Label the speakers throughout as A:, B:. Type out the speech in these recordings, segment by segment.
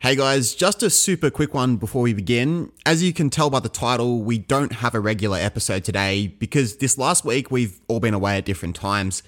A: Hey guys, just a super quick one before we begin. As you can tell by the title, we don't have a regular episode today because this last week we've all been away at different times.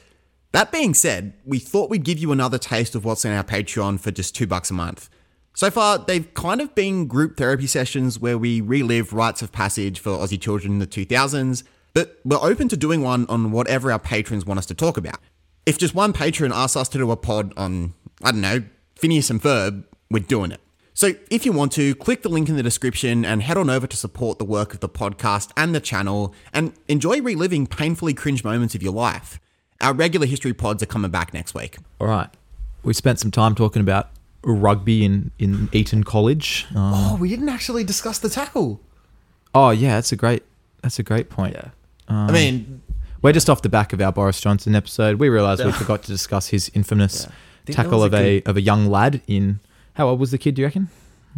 A: That being said, we thought we'd give you another taste of what's in our Patreon for just two bucks a month. So far, they've kind of been group therapy sessions where we relive rites of passage for Aussie children in the 2000s, but we're open to doing one on whatever our patrons want us to talk about. If just one patron asks us to do a pod on, I don't know, Phineas and Ferb, we're doing it. So if you want to, click the link in the description and head on over to support the work of the podcast and the channel and enjoy reliving painfully cringe moments of your life. Our regular history pods are coming back next week.
B: All right. We spent some time talking about rugby in, in Eton College. Um,
A: Oh, we didn't actually discuss the tackle.
B: oh, yeah, that's a great that's a great point.
C: Yeah.
A: I mean,
B: We're just off the back of our Boris Johnson episode. We realised we forgot to discuss his infamous
C: that
B: tackle
C: was
B: of
C: a
B: a, of a young lad in how old was the kid? Do you reckon?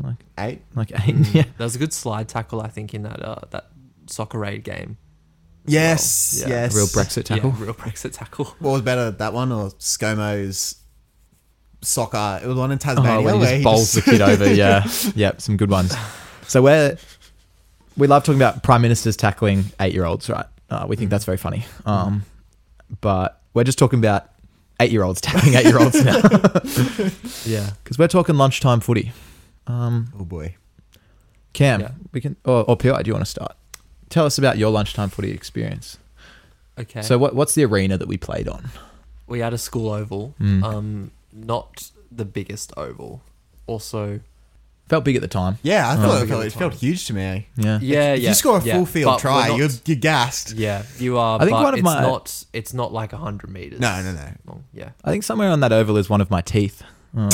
B: Like
A: eight.
B: like eight? Yeah.
C: That was a good slide tackle, I think, in that uh, that soccer aid game.
A: Yes,
C: Yeah.
A: yes.
B: Real Brexit tackle.
C: Yeah, real Brexit tackle.
A: What was better, that one or ScoMo's soccer? It was one in Tasmania.
B: Oh, when he
A: where
B: just bowls the kid over. Yeah, yep, some good ones. So we're we love talking about prime ministers tackling eight-year-olds, right? Uh, we
C: Mm.
B: think that's very funny.
C: Mm-hmm.
B: Um, but we're just talking about eight-year-olds tackling eight-year-olds now
C: Yeah.
B: because we're talking lunchtime footy. Um,
A: Oh boy.
B: Cam,
C: Yeah.
B: we can or, or PI, do you want to start? Tell us about your lunchtime footy experience.
C: Okay.
B: So what what's the arena that we played on?
C: we had a school oval.
B: Mm.
C: Um, not the biggest oval. Also,
B: Felt big at the time.
A: Yeah, I thought
C: Oh.
A: it, felt, it felt huge to me.
B: Yeah.
C: yeah,
A: If
C: yeah.
A: you score a
C: yeah,
A: full
C: but
A: field
C: we're
A: try,
C: not-
A: you're, you're gassed.
C: yeah, you are.
B: I think
C: but
B: one of
C: it's
B: my-
C: not. It's not like hundred meters.
A: No, no, no.
C: Long. Yeah.
B: I think somewhere on that oval is one of my teeth. Um,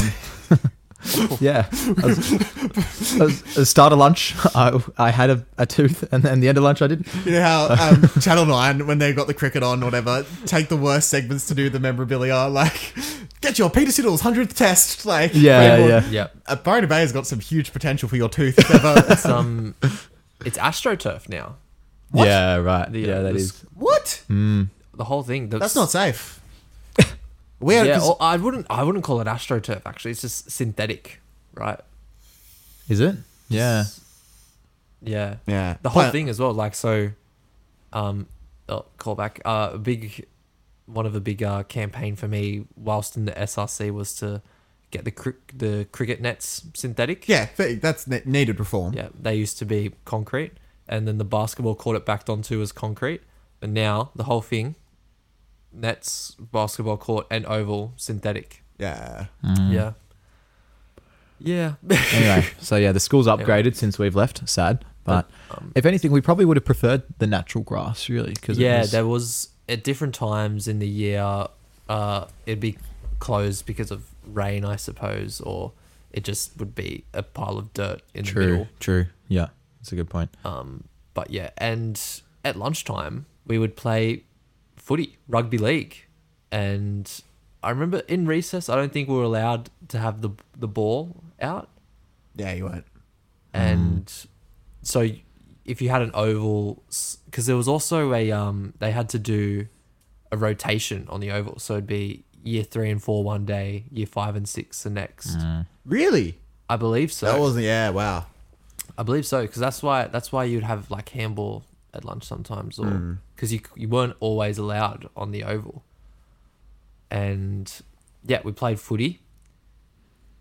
B: yeah. I was, I was- at the start of lunch, I, I had a, a tooth, and then the end of lunch, I didn't.
A: You know how um, Channel 9, when they got the cricket on, whatever, take the worst segments to do the memorabilia, like, get your Peter Siddle's 100th test. Like,
B: Yeah,
A: Rainbow-
B: yeah.
C: Yeah.
A: Uh, Byron Bay has got some huge potential for your tooth. if ever-
C: It's um, it's astroturf now.
B: Yeah, right.
C: The,
B: yeah,
C: uh,
B: that
C: the
B: is.
C: sc-
A: what?
C: The whole thing. The,
A: That's not safe. Weird.
C: yeah,
A: 'cause-
C: or I wouldn't. I wouldn't call it astroturf. Actually, it's just synthetic, right?
B: Is it? Yeah.
C: Yeah.
A: yeah.
C: the whole
A: But-
C: thing as well. Like so, um, oh, call back. Uh, a big one of the big uh, campaign for me whilst in the SRC was to get the cr- the cricket nets synthetic.
A: Yeah, th- that's ne- needed reform.
C: Yeah, they used to be concrete, and then the basketball court it backed onto was concrete, but now the whole thing, nets, basketball court, and oval synthetic.
A: Yeah.
C: Yeah. Yeah.
B: Anyway, so yeah, the school's upgraded since we've left. Sad. But um, if anything, we probably would have preferred the natural grass, really. Cause it
C: yeah,
B: was-
C: there was at different times in the year, uh, it'd be closed because of rain, I suppose, or it just would be a pile of dirt in the
B: True.
C: middle.
B: True. Yeah. That's a good point.
C: Um, but yeah, and at lunchtime we would play footy, rugby league, and I remember in recess I don't think we were allowed to have the the ball out,
A: Yeah, you won't.
C: and so if you had an oval because there was also a um they had to do a rotation on the oval so it'd be year three and four one day year five and six the next
A: Really?
C: i believe so
A: That wasn't, yeah, wow.
C: i believe so because that's why that's why you'd have like handball at lunch sometimes
B: Mm.
C: or because you, you weren't always allowed on the oval and yeah we played footy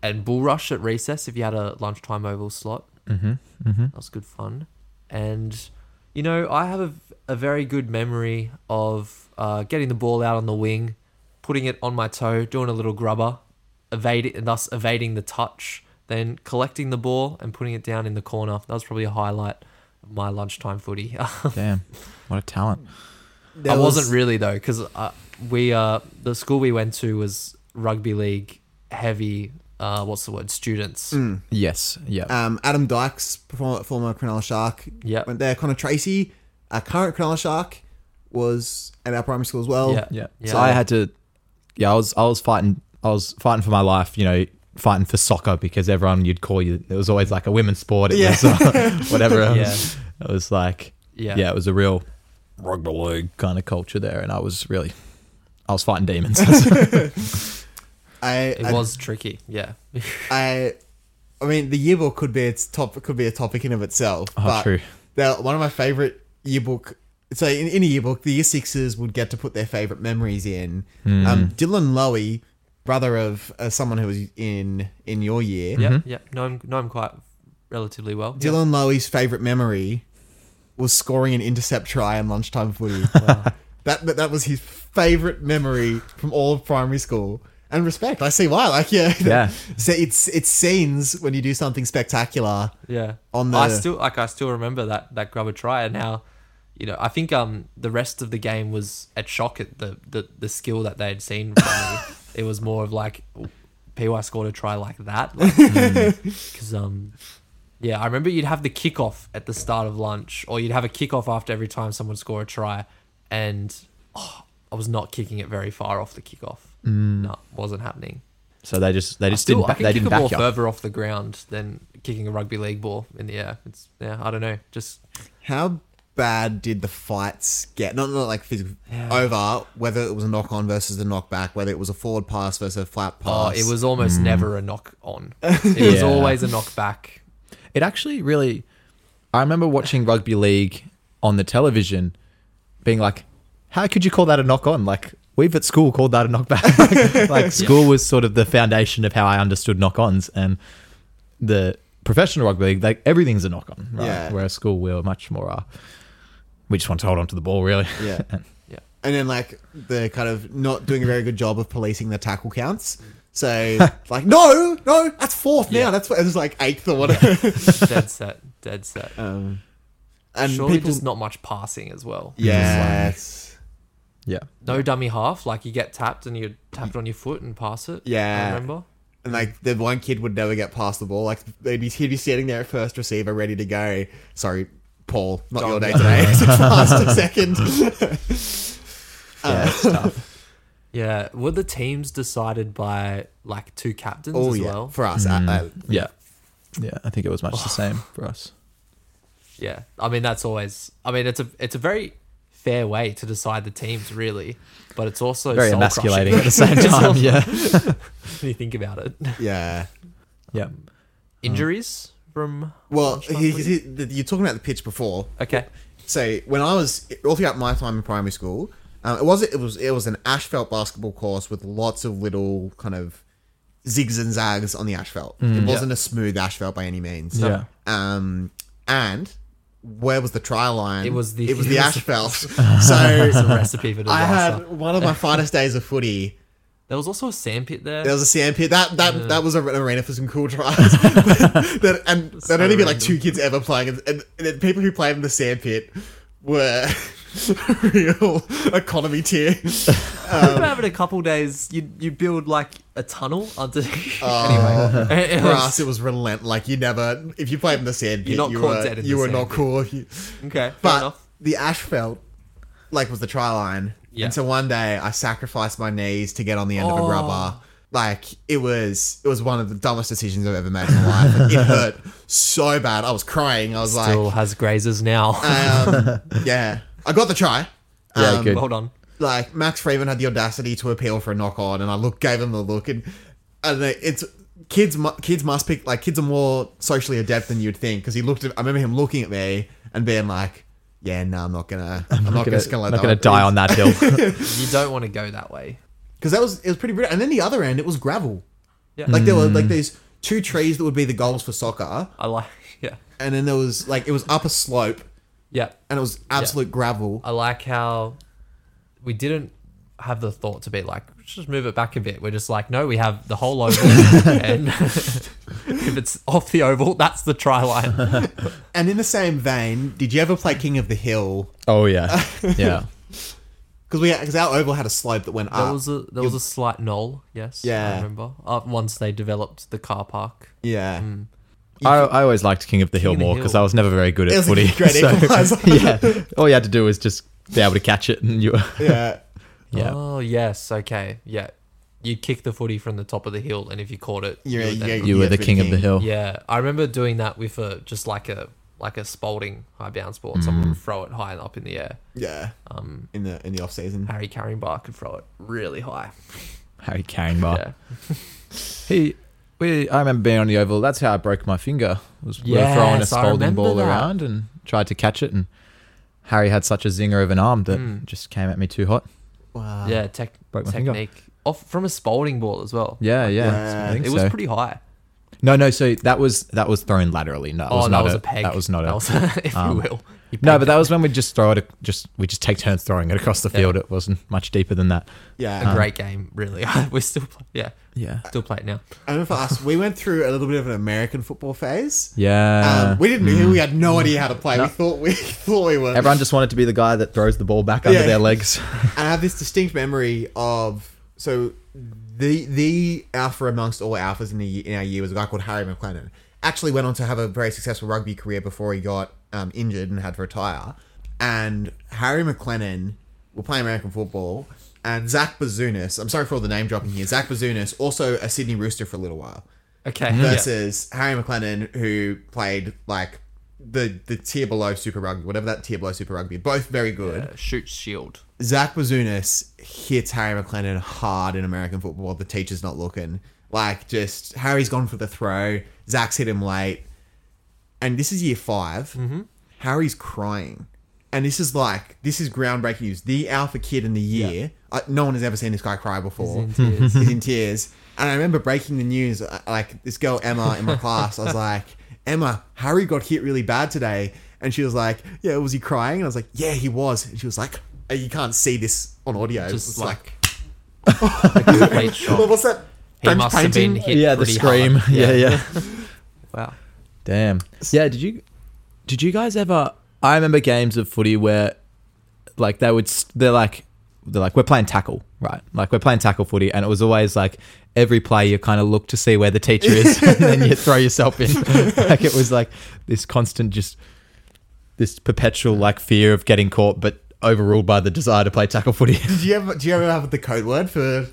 C: and bull rush at recess if you had a lunchtime oval slot
B: Mm-hmm. Mm-hmm.
C: that was good fun. And, you know, I have a, a very good memory of uh, getting the ball out on the wing, putting it on my toe, doing a little grubber, evading, and thus evading the touch, then collecting the ball and putting it down in the corner. That was probably a highlight of my lunchtime footy.
B: Damn. What a talent.
A: There
C: I
A: was-
C: wasn't really though, because uh, we uh, the school we went to was rugby league heavy. Uh, what's the word? Students.
B: Mm. Yes. Yeah.
A: um, Adam Dykes, former, former Cronulla Shark,
C: Yep.
A: went there. Connor Tracy, our current Cronulla Shark, was at our primary school as well.
C: Yeah.
B: Oh, Yeah.
C: Yeah.
B: So I had to. Yeah, I was I was fighting I was fighting for my life. You know, fighting for soccer because everyone you'd call you. It was always like a women's sport. It
A: Yeah.
B: was uh, whatever. It
C: Yeah.
B: was, it was like
C: Yeah.
B: yeah. it was a real rugby league kind of culture there, and I was really. I was fighting demons.
A: I,
C: It
A: I,
B: Mm-hmm.
C: was tricky. Yeah.
A: I
D: I mean, the yearbook could be its top could be a topic in of itself.
B: Oh,
D: but
B: true.
D: the- one of my favorite yearbook. So in, in a yearbook, the year sixes would get to put their favorite memories in.
B: Hmm.
D: Um, Dylan Lowy, brother of uh, someone who was in in your year,
C: Yeah, yeah. Know him, know him quite relatively well. Yeah.
D: Dylan Lowy's favorite memory was scoring an intercept try in lunchtime footy. that, that that was his favorite memory from all of primary school. And respect, I see why. Like, yeah,
B: Yeah.
D: so it's it's scenes when you do something spectacular.
C: Yeah.
D: On the-
C: I still like I still remember that that grubber try and how you know, I think um the rest of the game was at shock at the the, the skill that they had seen from me. It was more of like PY scored a try like that. Like, Cause um yeah, I remember you'd have the kickoff at the start of lunch, or you'd have a kickoff after every time someone score a try, and oh, I was not kicking it very far off the kickoff.
D: Mm.
C: No, wasn't happening.
B: So they just they
C: I
B: just
C: still,
B: didn't
C: I
B: ba-
C: can
B: they
C: kick
B: didn't
C: a ball
B: back you. up.
C: further off the ground than kicking a rugby league ball in the air. It's yeah, I don't know. Just
D: How bad did the fights get? Not not like physical over whether it was a knock on versus a knock back, whether it was a forward pass versus a flat
C: oh,
D: pass.
C: it was almost never a knock on. It was
B: mm. Yeah.
C: always a knock back.
B: It actually really. I remember watching rugby league on the television, being like, "How could you call that a knock on?" Like we've at school called that a knockback. like, school was sort of the foundation of how I understood knock ons and the professional rugby league. Like everything's a knock on, right?
D: Yeah.
B: Whereas school we were much more. Uh, we just want to hold on to the ball, really.
D: yeah.
C: Yeah.
D: And then like the kind of not doing a very good job of policing the tackle counts. So like no, no, that's fourth now.
C: Yeah.
D: That's it was like eighth or whatever.
C: Dead set. Dead set.
D: um, and
C: Surely
D: people,
C: just not much passing as well.
D: yes,
B: Yeah.
C: No dummy half. Like you get tapped and you tap it on your foot and pass it.
D: Yeah.
C: I remember.
D: and like the one kid would never get past the ball. Like they'd be he'd be standing there at first receiver ready to go. Sorry, Paul, not
C: Gone.
D: your day today. past a second.
B: Yeah. it's tough.
C: Yeah. Were the teams decided by like two captains
D: Oh
C: as
D: yeah,
C: well? Mm.
D: for us. uh, I- I-
B: Yeah. Yeah. I think it was much the same for us.
C: Yeah. I mean that's always I mean it's a it's a very fair way to decide the teams really. But it's also
B: Very
C: soul crushing.
B: emasculating at the same
C: It's
B: time.
C: also-
B: Yeah.
C: when you think about it. Mm.
D: yeah.
B: Yeah.
C: Injuries from
D: Well,
C: Lunchtime
D: he,
C: footy?
D: he, the- you're talking about the pitch before.
C: okay,
D: So when I was all throughout my time in primary school, um, it was it was it was an asphalt basketball course with lots of little kind of zigs and zags on the asphalt.
C: Mm.
D: it wasn't a smooth asphalt by any means.
B: Yeah.
D: Um, and where was the try line?
C: It was the-
D: it was the
C: it was-
D: asphalt. so
C: it's a recipe for
D: I
C: disaster.
D: had one of my finest days of footy.
C: there was also a sandpit there.
D: There was a sand pit. That that that was an arena for some cool tries. that and
C: So
D: there'd only be like
C: random.
D: two kids ever playing, and, and, and the people who played in the sand pit were real economy tier. um,
C: Remember having a couple days, you you build like a tunnel under.
D: Uh,
C: anyway, it
D: For
C: was-
D: us, it was relent. Like you never, if you played in the sand pit,
C: not
D: you
C: caught
D: were
C: dead in
D: you
C: the
D: were
C: sand
D: not
C: pit.
D: cool. You-
C: okay, fair
D: But
C: enough.
D: the asphalt, like, was the try line.
C: Yeah.
D: And so one day, I sacrificed my knees to get on the end of
C: Oh.
D: a rubber. Like it was, it was one of the dumbest decisions I've ever made in my life. It hurt so bad. I was crying. I was
C: Still
D: like,
C: has grazers now.
D: um, yeah, I got the try.
B: Yeah,
D: Um,
B: good.
C: Hold on.
D: Like Max Freeman had the audacity to appeal for a knock on, and I look gave him the look, and I don't know. It's kids. mu- Kids must pick like kids are more socially adept than you'd think because he looked. at I remember him looking at me and being like, "Yeah, no, I'm not gonna. I'm, not,
B: Gonna-
D: just gonna let
B: not
D: that
B: going to die on that hill.
C: You don't want to go that way.
D: because that was it was pretty brutal. And then the other end, it was gravel.
C: Yeah.
D: Like there were
B: Mm.
D: like these two trees that would be the goals for soccer,
C: I like. Yeah.
D: and then there was like it was up a slope
C: Yeah. Uh,
D: and it was absolute gravel.
C: I like how we didn't have the thought to be like, "Let's just move it back a bit. We're just like, no, we have the whole oval, and if it's off the oval, that's the try line.
D: And in the same vein, did you ever play King of the Hill?
B: oh yeah, yeah.
D: Because we because our oval had a slope that went
B: Ah,
C: There
D: up.
C: was a there was a slight knoll, yes. I
D: Yeah.
C: remember. Uh, once they developed the car park.
D: yeah.
B: I, I always liked King of the Hill
C: of the
B: more because
C: Hill.
B: I was never very good
D: It
B: at
D: was a
B: footy.
D: great equaliser.
B: yeah, all you had to do was just be able to catch it, and you were
D: Yeah.
B: yeah.
C: Oh yes, okay, yeah. You kick the footy from the top of the hill, and if you caught it,
D: Yeah,
C: were
D: yeah,
C: then-
B: you were
D: Yeah,
B: the
D: for the
B: king, of the
D: king.
B: hill.
C: Yeah, I remember doing that with a just like a like a Spalding high bounce
B: Mm-hmm.
C: ball. Someone would throw it high and up in the air.
D: Yeah.
C: Um,
D: in the in the off season.
C: Harry Carringbar could throw it really high.
B: Ah. Harry Carringbar.
C: Yeah.
B: He we, I remember being on the oval. That's how I broke my finger. Was we were throwing a
C: Yes, I
B: Spalding
C: remember
B: ball
C: that.
B: around and tried to catch it, and Harry had such a zinger of an arm that
C: Mm.
B: just came at me too hot.
D: Wow.
C: yeah, tec-
B: Broke my finger.
C: technique off from a Spalding ball as well.
B: Yeah, yeah.
D: Yeah.
B: I think
C: it was
B: so.
C: pretty high.
B: no, no. So that was that was thrown laterally. No, it
C: Oh,
B: was
C: that
B: not
C: was a peg.
B: That was not a.
C: That was, if
B: um,
C: you will. You
B: no,
C: pegged
B: but that was when we just throw it. Just we just take turns throwing it across the
C: Yeah.
B: field. It wasn't much deeper than that.
C: it. a
D: Yeah.
B: Um,
C: great game, really. We're still, play- yeah,
B: Yeah,
C: still playing now.
D: I know for us, we went through a little bit of an American football phase.
B: yeah.
D: Um, we didn't know. We had no idea how to play. We thought we thought we were.
B: Everyone just wanted to be the guy that throws the ball back under
D: Yeah.
B: their legs.
D: and I have this distinct memory of so the the alpha amongst all alphas in the in our year was a guy called Harry McLennan. Actually, went on to have a very successful rugby career before he got um, injured and had to retire. And Harry McLennan were playing American football, and Zach Bazunas. I'm sorry for all the name dropping here. Zach Bazunas, also a Sydney Rooster for a little while
C: Okay. Hmm. Yeah.
D: versus Harry McLennan, who played like the the tier below Super Rugby, whatever that tier below Super Rugby. Both very good.
C: Uh, shoot shield.
D: Zach Bazunas hits Harry McLennan hard in American football. The teacher's not looking. Like, just Harry's gone for the throw. Zach's hit him late. And this is year 5
C: Mm-hmm.
D: Harry's crying. And this is like, this is groundbreaking news. The alpha kid in the year. Uh, no one has ever seen this guy cry before.
C: He's in tears.
D: He's in tears. And I remember breaking the news. uh, Like, this girl, Emma, in my class, I was like, Emma, Harry got hit really bad today. And she was like, Yeah, was he crying? And I was like, Yeah, he was. And she was like, "Uh, You can't see this on audio.
C: Just
D: It's
C: like,
D: like,
C: a complete
D: what
C: shock.
D: was that?
C: He
D: French
C: must have been hit
B: yeah, the
C: pretty
B: scream.
C: hard.
B: Yeah, yeah.
C: Wow.
B: Damn. Yeah. Did you? Did you guys ever? I remember games of footy where, like, they would. s- They're like, they're like, we're playing tackle, right? Like, we're playing tackle footy, and it was always like every play you kind of look to see where the teacher is, and then you throw yourself in. like it was like this constant, just this perpetual like fear of getting caught, but overruled by the desire to play tackle footy.
D: Do you ever do you ever have the code word for?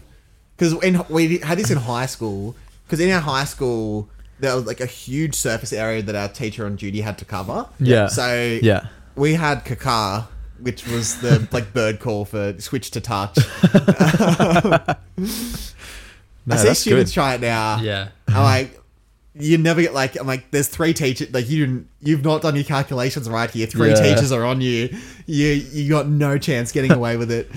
D: Because in we had this in high school. Because in our high school, there was like a huge surface area that our teacher on duty had to cover.
B: Yeah.
D: So
B: yeah.
D: we had kakar, which was the like bird call for switch to touch.
B: No,
D: I see
B: that's
D: students
B: good.
D: try it now.
C: Yeah.
D: I'm like. You never get like I'm like. There's three teachers. Like you, didn't, you've not done your calculations right here. Three
B: Yeah.
D: teachers are on you. You, you got no chance getting away with it.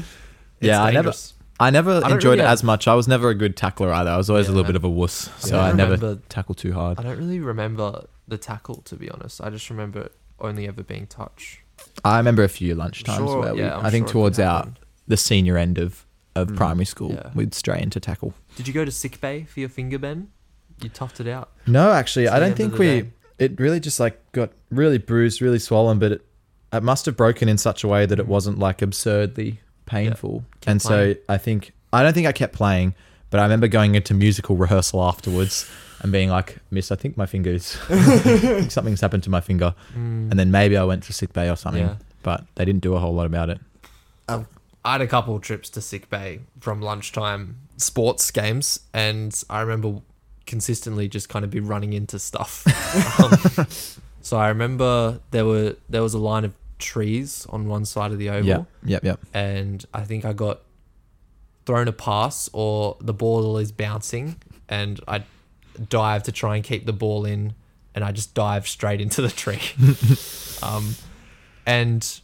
B: yeah, I never,
C: dangerous.
B: I never
C: don't
B: enjoyed it
C: really have-
B: as much. I was never a good tackler either. I was always a
C: Yeah.
B: little bit of a wuss, so
C: Yeah.
B: I,
C: I
B: never
C: remember-
B: tackle too hard.
C: I don't really remember the tackle, to be honest. I just remember it only ever being touch.
B: I remember a few lunchtimes
C: Sure,
B: where we,
C: yeah, I'm
B: I think
C: sure it
B: towards
C: can
B: our
C: happen. Hmm.
B: the senior end of of primary school,
C: yeah.
B: we'd stray into tackle.
C: Did you go to sick bay for your finger, Ben? You toughed it out.
B: No, actually,
C: It's
B: I
C: the
B: don't
C: end of
B: think
C: the
B: we.
C: day.
B: It really just like got really bruised, really swollen, but it it must have broken in such a way that it wasn't like absurdly painful.
C: Kept
B: And
C: playing.
B: so I think I don't think I kept playing, but I remember going into musical rehearsal afterwards and being like, "Miss, I think my fingers something's happened to my finger," and then maybe I went to sick bay or something.
C: Mm. Yeah.
B: But they didn't do a whole lot about it.
C: I had a couple trips to sick bay from lunchtime sports games, and I remember consistently just kind of be running into stuff. um, so I remember there were there was a line of trees on one side of the oval,
B: Yep, yep, yep.
C: and I think I got thrown a pass or the ball is bouncing, and I dive to try and keep the ball in, and I just dive straight into the tree. um, and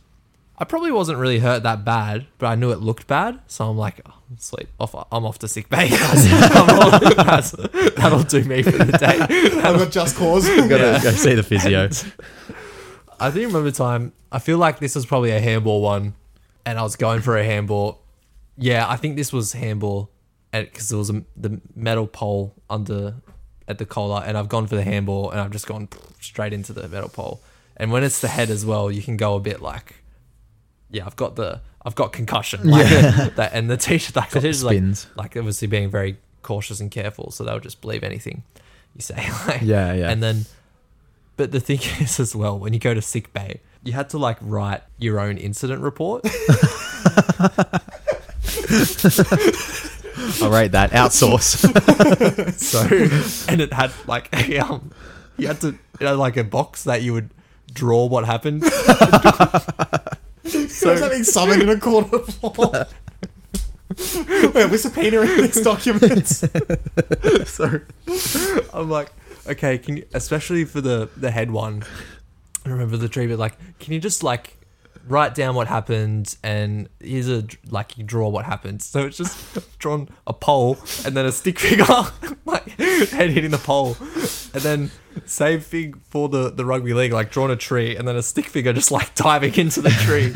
C: I probably wasn't really hurt that bad, but I knew it looked bad, so I'm like, oh, sleep off. I'm off to sick bay. guys. I'm off. That's- that'll do me for the day.
D: I've got just cause.
B: Gotta go see the physio.
C: I think remember the time. I feel like this was probably a handball one, and I was going for a handball. Yeah, I think this was handball, because there was a, the metal pole under at the collar, and I've gone for the handball, and I've just gone straight into the metal pole. And when it's the head as well, you can go a bit like, yeah, I've got the I've got concussion. Like, that, and the teacher, like, the teacher's like,
B: spins.
C: like obviously being very cautious and careful, so they'll just believe anything you say. Like,
B: Yeah, yeah.
C: and then, but the thing is as well, when you go to sick bay, you had to like write your own incident report.
B: I'll rate that. Outsource.
C: so, and it had like a, um, you had to it had like a box that you would draw what happened.
D: so, I was having summoned in a corner of the floor. Wait, we're subpoenaing these documents. Sorry.
C: I'm like, okay, can you, especially for the the head one. I remember the tree, but like, can you just like write down what happened and here's a like you draw what happened. So it's just drawn a pole and then a stick figure, like head hitting the pole, and then same thing for the the rugby league, like drawn a tree and then a stick figure just like diving into the tree.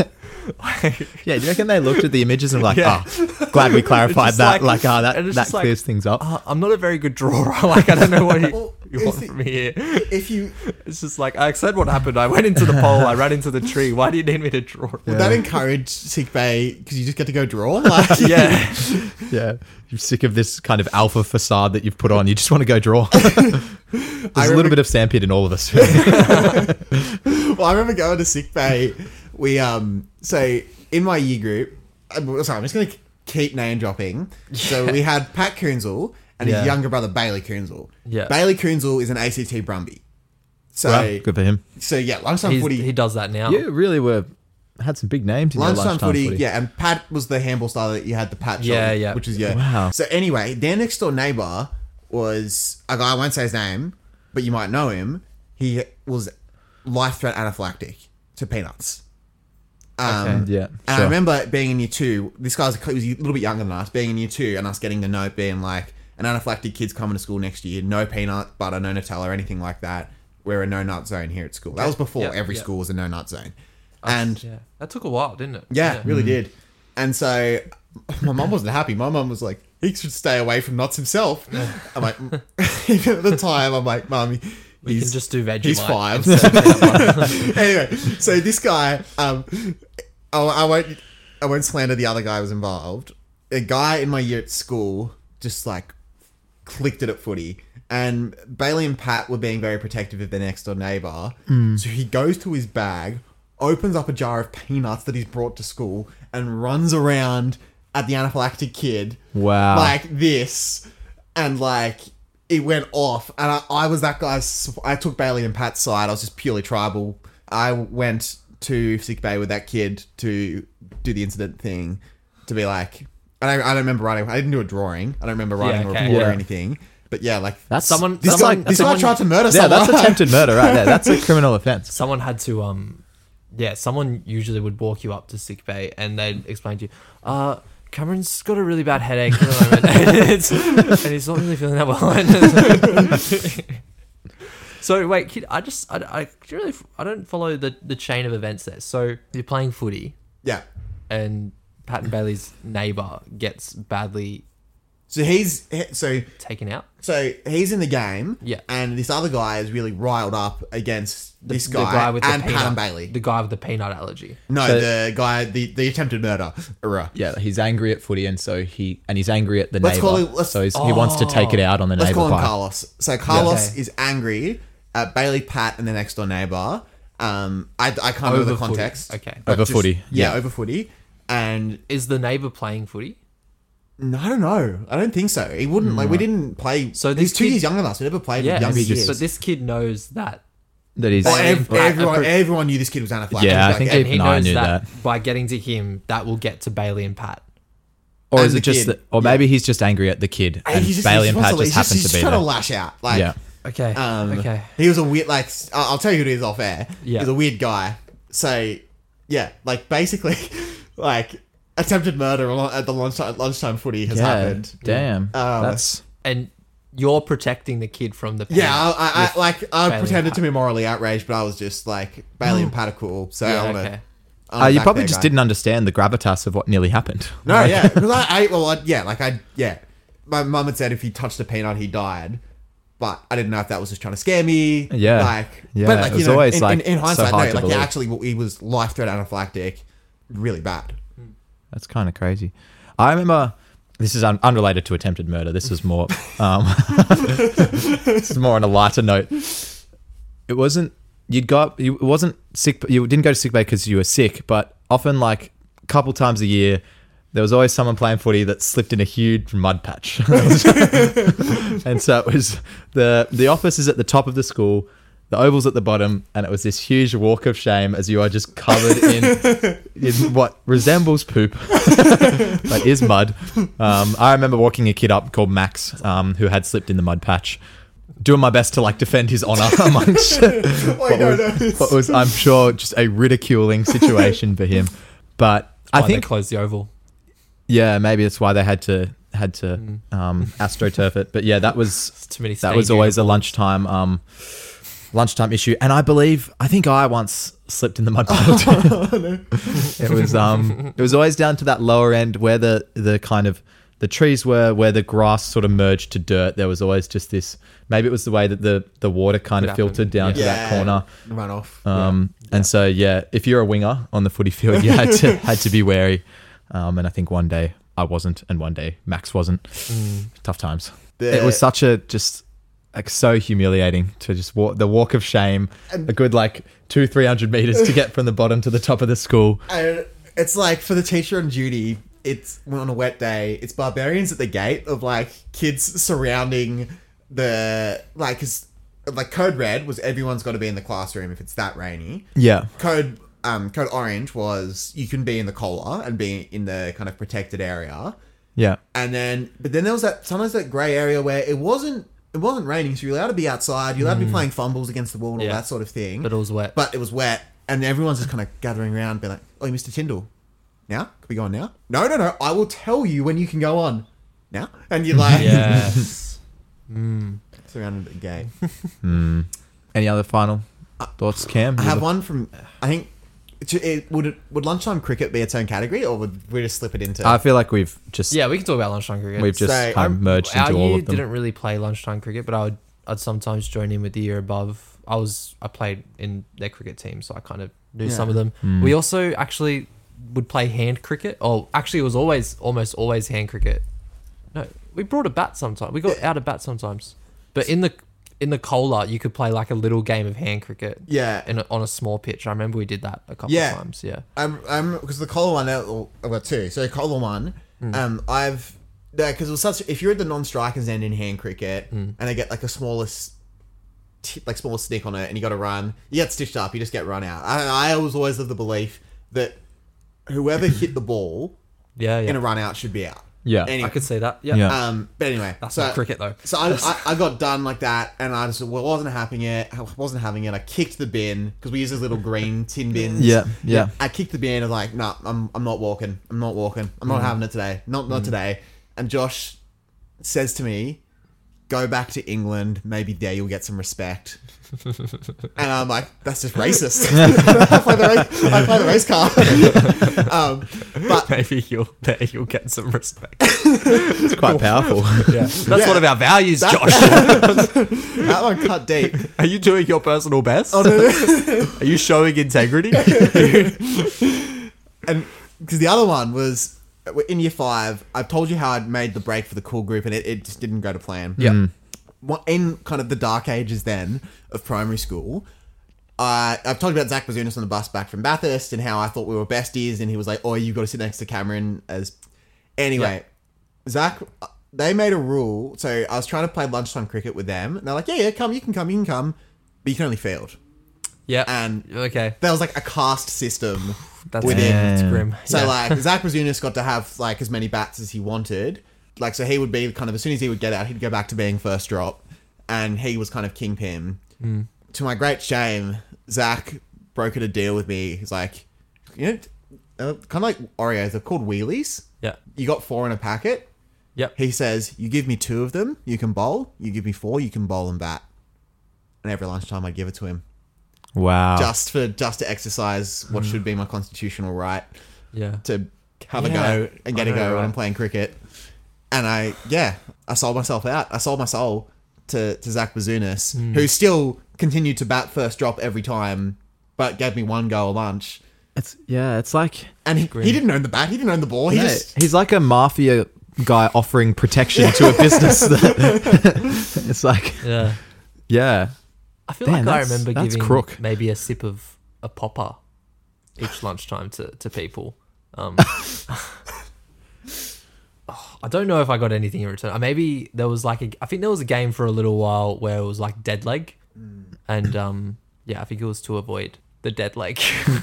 C: Like,
B: Yeah, do you reckon they looked at the images and were like,
C: Yeah.
B: ah, glad we clarified
C: Just
B: that. Like,
C: like-
B: ah,
C: and
B: that,
C: it's
B: that
C: just like-
B: clears things
D: "Oh."
B: up.
C: uh, I'm not a very good drawer. Like I don't know what you,
D: Well,
C: you
D: is
C: want
D: it-
C: from me here.
D: If you
C: It's just like I said what happened. I went into the pole. I ran into the tree. Why do you need me to draw?
D: would
C: it?
D: that encourage sick bay because you just get to go draw. Like,
C: Yeah.
B: Yeah. You're sick of this kind of alpha facade that you've put on. You just want to go draw. There's a
D: remember-
B: little bit of sandpit in all of us.
D: well, I remember going to sick bay. We um, so in my year group, I'm, sorry, I'm just gonna keep name dropping. So we had Pat Coonsall and
C: Yeah.
D: his younger brother Bailey Coonsall.
C: Yeah.
D: Bailey Coonsall is an ACT Brumby. So
B: Well, good for him.
D: so yeah, lunchtime
C: He's-
D: footy.
C: he does that now.
B: You really were had some big names in your
D: Lunchtime, footy,
B: footy.
D: yeah, and Pat was the handball star that you had the Pat
C: Yeah,
D: shot,
C: yeah.
D: which is yeah.
B: Wow.
D: So anyway, their next door neighbor was a guy. I won't say his name, but you might know him. He was life threat anaphylactic to peanuts. Um,
B: Okay. Yeah,
D: And I
B: sure.
D: remember being in year two. This guy was, he was a little bit younger than us. Being in year two, and us getting the note being like, an anaphylactic kid's coming to school next year. No peanut butter, no Nutella, or anything like that. We're a no nut zone here at school. That was before
C: Yeah,
D: every
C: yeah.
D: school was a no nut zone. And
C: yeah, that took a while, didn't it?
D: yeah, really did. And so my mum wasn't happy. My mum was like, he should stay away from nuts himself. I'm like, even at the time, I'm like, mummy,
C: You
D: he's
C: can just do Vegemite.
D: he's five. anyway, so this guy, um, I, I won't, I won't slander the other guy who was involved. A guy in my year at school just like clicked it at footy, and Bailey and Pat were being very protective of their next door neighbour. So he goes to his bag, opens up a jar of peanuts that he's brought to school, and runs around at the anaphylactic kid.
B: Wow.
D: Like this, and like it went off, and I, I was that guy's. I took Bailey and Pat's side. I was just purely tribal. I went to sick bay with that kid to do the incident thing, to be like, I don't, I don't remember writing. I didn't do a drawing. I don't remember writing
C: Yeah,
D: a
C: okay.
D: report
B: Yeah.
D: or anything. But yeah, like
B: That's- Someone-
D: This
C: someone-
D: guy, this
C: someone-
D: guy tried to murder
B: Yeah,
D: someone.
B: that's attempted murder right there. That's a criminal offense.
C: Someone had to um, yeah, someone usually would walk you up to sick bay and they'd explain to you, uh. Cameron's got a really bad headache at the moment, and, it's- and he's not really feeling that well. so wait, kid, I just I, I really I don't follow the, the chain of events there. So you're playing footy,
D: yeah.
C: and Patton Bailey's neighbor gets badly
D: So he's he- so
C: taken out.
D: so he's in the game.
C: Yeah.
D: And this other guy is really riled up against this
C: The
D: guy, and Pat and Bailey.
C: The guy with the peanut allergy.
D: No,
B: So-
D: the guy, the, the attempted murder. Err.
B: Yeah, he's angry at footy, and so he and he's angry at the
D: Let's
B: neighbor.
D: call it- let's- oh.
B: so he's, he wants to take it out on the
D: Let's
B: neighbor.
D: call him
B: by-
D: Carlos. So Carlos
C: Okay.
D: is angry at Bailey, Pat, and the next door neighbor. Um, I, I can't remember the
C: Over footy.
D: context.
C: Okay.
D: but
B: Over footy,
D: Yeah,
B: yeah.
D: over footy. And
C: Is the neighbor playing footy?
D: no, I don't know. I don't think so. He wouldn't like.
B: Hmm.
D: We didn't play.
C: So
D: So
C: this
D: he's two
C: kid-
D: years younger than us. We never played
C: Yeah,
D: with younger
C: but
D: years.
C: this kid knows that.
B: That he's
D: Well, ev-
C: Right.
D: everyone, everyone knew this kid was anaphylactic.
B: Yeah, I
D: Like,
B: think
D: ev-
C: And he
B: Even I
C: knows
B: knew
C: that, by getting to him, that will get to Bailey and Pat.
B: or
D: and
B: is
D: the
B: it just
D: kid.
B: that, or maybe he's just angry at the kid, and
D: he just-
B: Bailey
D: he
B: and
D: wants
B: Pat
D: to-
B: just
D: he's
B: happens
D: he's
B: to be
D: trying
B: there.
D: to lash out. Like,
B: Yeah.
C: Okay.
D: Um,
C: okay.
D: He was a weird, like, s- I- I'll tell you who it is off air.
C: Yeah.
D: He's a weird guy. So, yeah, like, basically, like, attempted murder al- at the lunchtime, lunchtime footy has happened.
B: Damn.
D: Um,
B: That's
C: And you're protecting the kid from the.
D: Yeah,
C: parent.
D: I, I, I like, I
C: Bailey
D: pretended
C: and
D: to be morally outraged, but I was just like, Bailey and Pat are cool. So,
C: Yeah,
D: I want to.
C: okay.
B: uh, you probably just didn't understand the gravitas of what nearly happened.
D: No, yeah. Because I, I, well, I, yeah, like, I, yeah. My mum had said if he touched a peanut, he died. But I didn't know if that was just trying to scare me.
B: Yeah.
D: Like,
B: Yeah,
D: but like,
B: it
D: you
B: was
D: know,
B: always,
D: in,
B: like,
D: in, in
B: so
D: hindsight,
B: hard
D: no,
B: to
D: like,
B: believe.
D: he actually, he was life threat anaphylactic, really bad.
B: That's kind of crazy. I remember this is un- unrelated to attempted murder. This is more um, this is more on a lighter note. It wasn't you'd go up, you it wasn't sick you didn't go to sick bay because you were sick, but often like a couple times a year there was always someone playing footy that slipped in a huge mud patch. and so it was the the office is at the top of the school. The oval's at the bottom, and it was this huge walk of shame as you are just covered in, in what resembles poop, but is mud. Um, I remember walking a kid up called Max, um, who had slipped in the mud patch, doing my best to like defend his honor amongst what, was, what was, I'm sure, just a ridiculing situation for him. But I
C: Why they
B: think,
C: closed the oval.
B: yeah, maybe that's why they had to had to um, astroturf it. But yeah, that was
C: It's too many.
B: that was always a lunchtime um, lunchtime issue. And I believe I think I once slipped in the mud puddle. too. it was um, it was always down to that lower end where the the kind of the trees were where the grass sort of merged to dirt. There was always just this. Maybe it was the way that the the water kind
C: It
B: of
C: happened.
B: filtered down to that
D: Yeah.
B: corner.
E: Run off.
B: Um, And so yeah, if you're a winger on the footy field, you had to had to be wary. Um, and I think one day I wasn't, and one day Max wasn't. Tough times.
D: The-
B: It was such a just like so humiliating to just walk the walk of shame. a good like two three hundred meters to get from the bottom to the top of the school.
D: I, it's like for the teacher on duty, it's when on a wet day, it's barbarians at the gate of like kids surrounding the like 'cause, like code red was everyone's got to be in the classroom if it's that rainy.
B: Yeah,
D: Code um code orange was you can be in the collar and be in the kind of protected area.
B: yeah,
D: And then, but then there was that sometimes that grey area where it wasn't it wasn't raining, so you're allowed to be outside. You're allowed to be playing fumbles against the wall and all
C: Mm. Yeah.
D: that sort of thing.
C: But it was wet.
D: But it was wet, and everyone's just kind of gathering around, being like, "Oh, Mr. Tyndall, now could we go on now? No, no, no. I will tell you when you can go on now." And you're like,
C: yes.
D: surrounded at the gate.
B: Any other final thoughts, Cam?
D: I have one from I think. To, it, would it, would lunchtime cricket be its own category, or would we just slip it into?
B: I feel like we've just
C: Yeah, we can talk about lunchtime cricket.
B: we've just kind
D: So,
B: of
D: I'm-
B: merged
C: Our
B: into all
C: year
B: of them.
C: didn't really play lunchtime cricket, but I would I'd sometimes join in with the year above. I was I played in their cricket team, so I kind of knew some of them.
B: Hmm.
C: We also actually would play hand cricket. Oh, actually, it was always almost always hand cricket. No, we brought a bat sometimes. We got out a bat sometimes, but in the in the cola, you could play like a little game of hand cricket.
D: yeah,
C: In a, on a small pitch, I remember we did that a couple
D: Yeah.
C: of times. Yeah,
D: I'm I'm because the collar one uh, I've got two. So collar one,
C: Hmm.
D: um, I've because it was such. If you're at the non-strikers end in hand cricket,
C: Hmm.
D: and they get like a smallest, t- like smallest snick on it, and you got to run, you get stitched up, you just get run out. I, I was always of the belief that whoever hit the ball
C: yeah, yeah.
D: in a run out should be out.
B: Yeah.
D: Anyway,
C: I could see that. Yeah,
B: Yeah.
D: um, but anyway,
C: that's
D: so-
C: not cricket though.
D: so I, I, I got done like that, and I just well, wasn't having it. I wasn't having it. I kicked the bin because we use those little green tin bins.
B: Yeah, yeah.
D: I kicked the bin. I was like, no, I'm, I'm not walking. I'm not walking. I'm not having it today. Not not today. And Josh says to me, "Go back to England. Maybe there you'll get some respect." and I'm like, "That's just racist." I, play the race, I play the race car. um, but
C: Maybe you'll there you'll get some respect.
B: It's quite powerful.
C: Yeah. That's
D: Yeah.
C: one of our values,
D: That-
C: Josh.
D: that one cut deep.
C: Are you doing your personal best? Are you showing integrity?
D: and because the other one was uh, in year five, I've told you how I'd made the break for the cool group, and it, it just didn't go to plan.
C: Yeah.
D: What in kind of the dark ages then of primary school. I I've talked about Zach Bazunas on the bus back from Bathurst and how I thought we were besties, and he was like, "Oh, you've got to sit next to Cameron." As anyway, Zach, uh, they made a rule. So I was trying to play lunchtime cricket with them, and they're like, "Yeah, yeah, come, you can come, you can come, but you can only field."
C: Yeah.
D: And-
C: okay.
D: There was like a caste system
C: That's
D: within
C: It's grim.
D: so
C: Yeah.
D: like Zach Brazunas got to have like as many bats as he wanted. Like so he would be kind of as soon as he would get out, he'd go back to being first drop, and he was kind of kingpin. To my great shame, Zach brokered a deal with me. He's like, you know, uh, kind of like Oreos, they're called wheelies.
C: Yeah.
D: You got four in a packet.
C: Yep.
D: He says, you give me two of them, you can bowl. You give me four, you can bowl and bat. And every lunchtime, I'd give it to him
B: Wow.
D: just for just to exercise what should be my constitutional right
C: Yeah.
D: to have
C: Yeah.
D: a go and get a
C: I know,
D: go when I'm
C: right?
D: playing cricket. And I, yeah, I sold myself out. I sold my soul to, to Zach Bazunas,
C: Hmm.
D: who still continued to bat first drop every time, but gave me one go a lunch.
B: it's yeah. It's like
D: And he, he didn't own the bat, he didn't own the ball. He
B: No,
D: just.
B: he's like a mafia guy offering protection to a business. that- it's like,
C: Yeah.
B: yeah,
C: I feel
B: Damn,
C: like I
B: that's-
C: remember
B: that's
C: giving
B: crook.
C: maybe a sip of a popper each lunchtime to, to people. Um, oh, I don't know if I got anything in return. Uh, Maybe there was like a, I think there was a game for a little while where it was like dead leg, And um, yeah, I think it was to avoid the dead leg.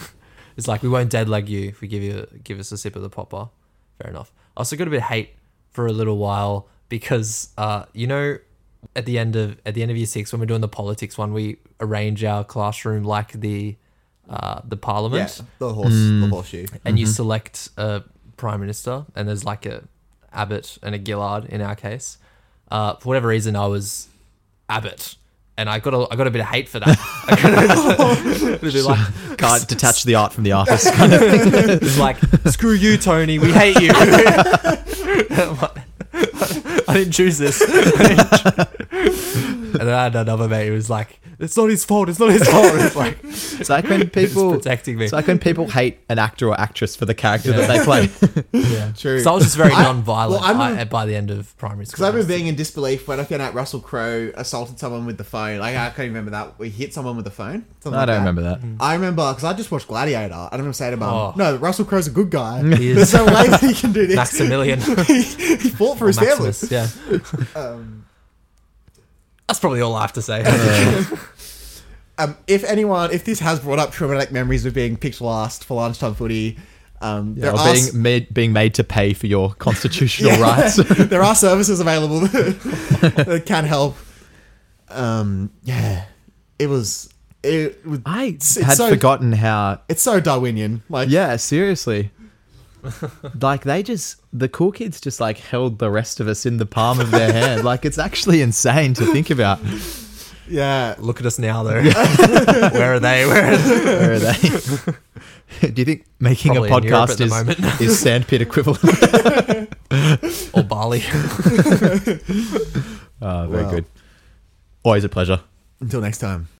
C: it's like we won't dead leg you if we give you give us a sip of the popper. Fair enough. I also got a bit of hate for a little while because uh, you know, at the end of at the end of year six when we're doing the politics one, we arrange our classroom like the uh, the
F: Yeah,
C: parliament
F: the horse,
C: Hmm.
F: the horseshoe.
C: and
D: Mm-hmm.
C: you select a prime minister, and there's like a Abbott and a Gillard in our case. Uh, for whatever reason, I was Abbott, and I got a I got a bit of hate for that. I got a- it'd be like,
B: Can't detach the art from the artist.
C: it's like screw you, Tony. We hate you. I'm like, I didn't choose this. and then I had another mate who was like, "It's not his fault. It's not his fault." It's like
B: It's like when
C: people
B: people.
C: protecting me.
B: It's like when people hate an actor or actress for the character that they play.
C: yeah.
D: True.
C: So I was just very
D: I-
C: non-violent
D: well, I
C: I-
D: remember-
C: by the end of primary school.
D: Because I remember being in disbelief when I found out Russell Crowe assaulted someone with the phone. Like, I can't even remember that. We hit someone with the phone. Something
B: I
D: like
B: don't remember that.
D: I remember, because I just watched Gladiator. I remember saying to
C: Oh.
D: mum, no, Russell Crowe's a good guy.
C: He
D: There's
C: is.
D: no way that he can do this.
C: Maximilian.
D: he, he fought for his family.
C: Maximus, yeah.
D: Um,
C: That's probably all I have to say.
D: um, if anyone, if this has brought up traumatic memories of being picked last for lunchtime footy, um,
B: Yeah,
D: there,
B: or
D: are, s-
B: being made, being made to pay for your constitutional
D: Yeah.
B: rights.
D: there are services available that can help. Um, yeah, it was. It, was
B: I
D: It's- it's
B: had
D: so-
B: forgotten how.
D: it's so Darwinian. Like,
B: Yeah, seriously. like they just the cool kids just like held the rest of us in the palm of their hand. Like it's actually insane to think about.
D: yeah.
C: Look at us now, though. Where are they? Where are they?
B: Where are they? Do you think making
C: Probably
B: a
C: in Europe at
B: podcast
C: the
B: is
C: moment.
B: is sandpit equivalent?
C: Or Bali?
B: Uh, very
D: Wow.
C: Oh,
B: good. Always a pleasure.
D: Until next time.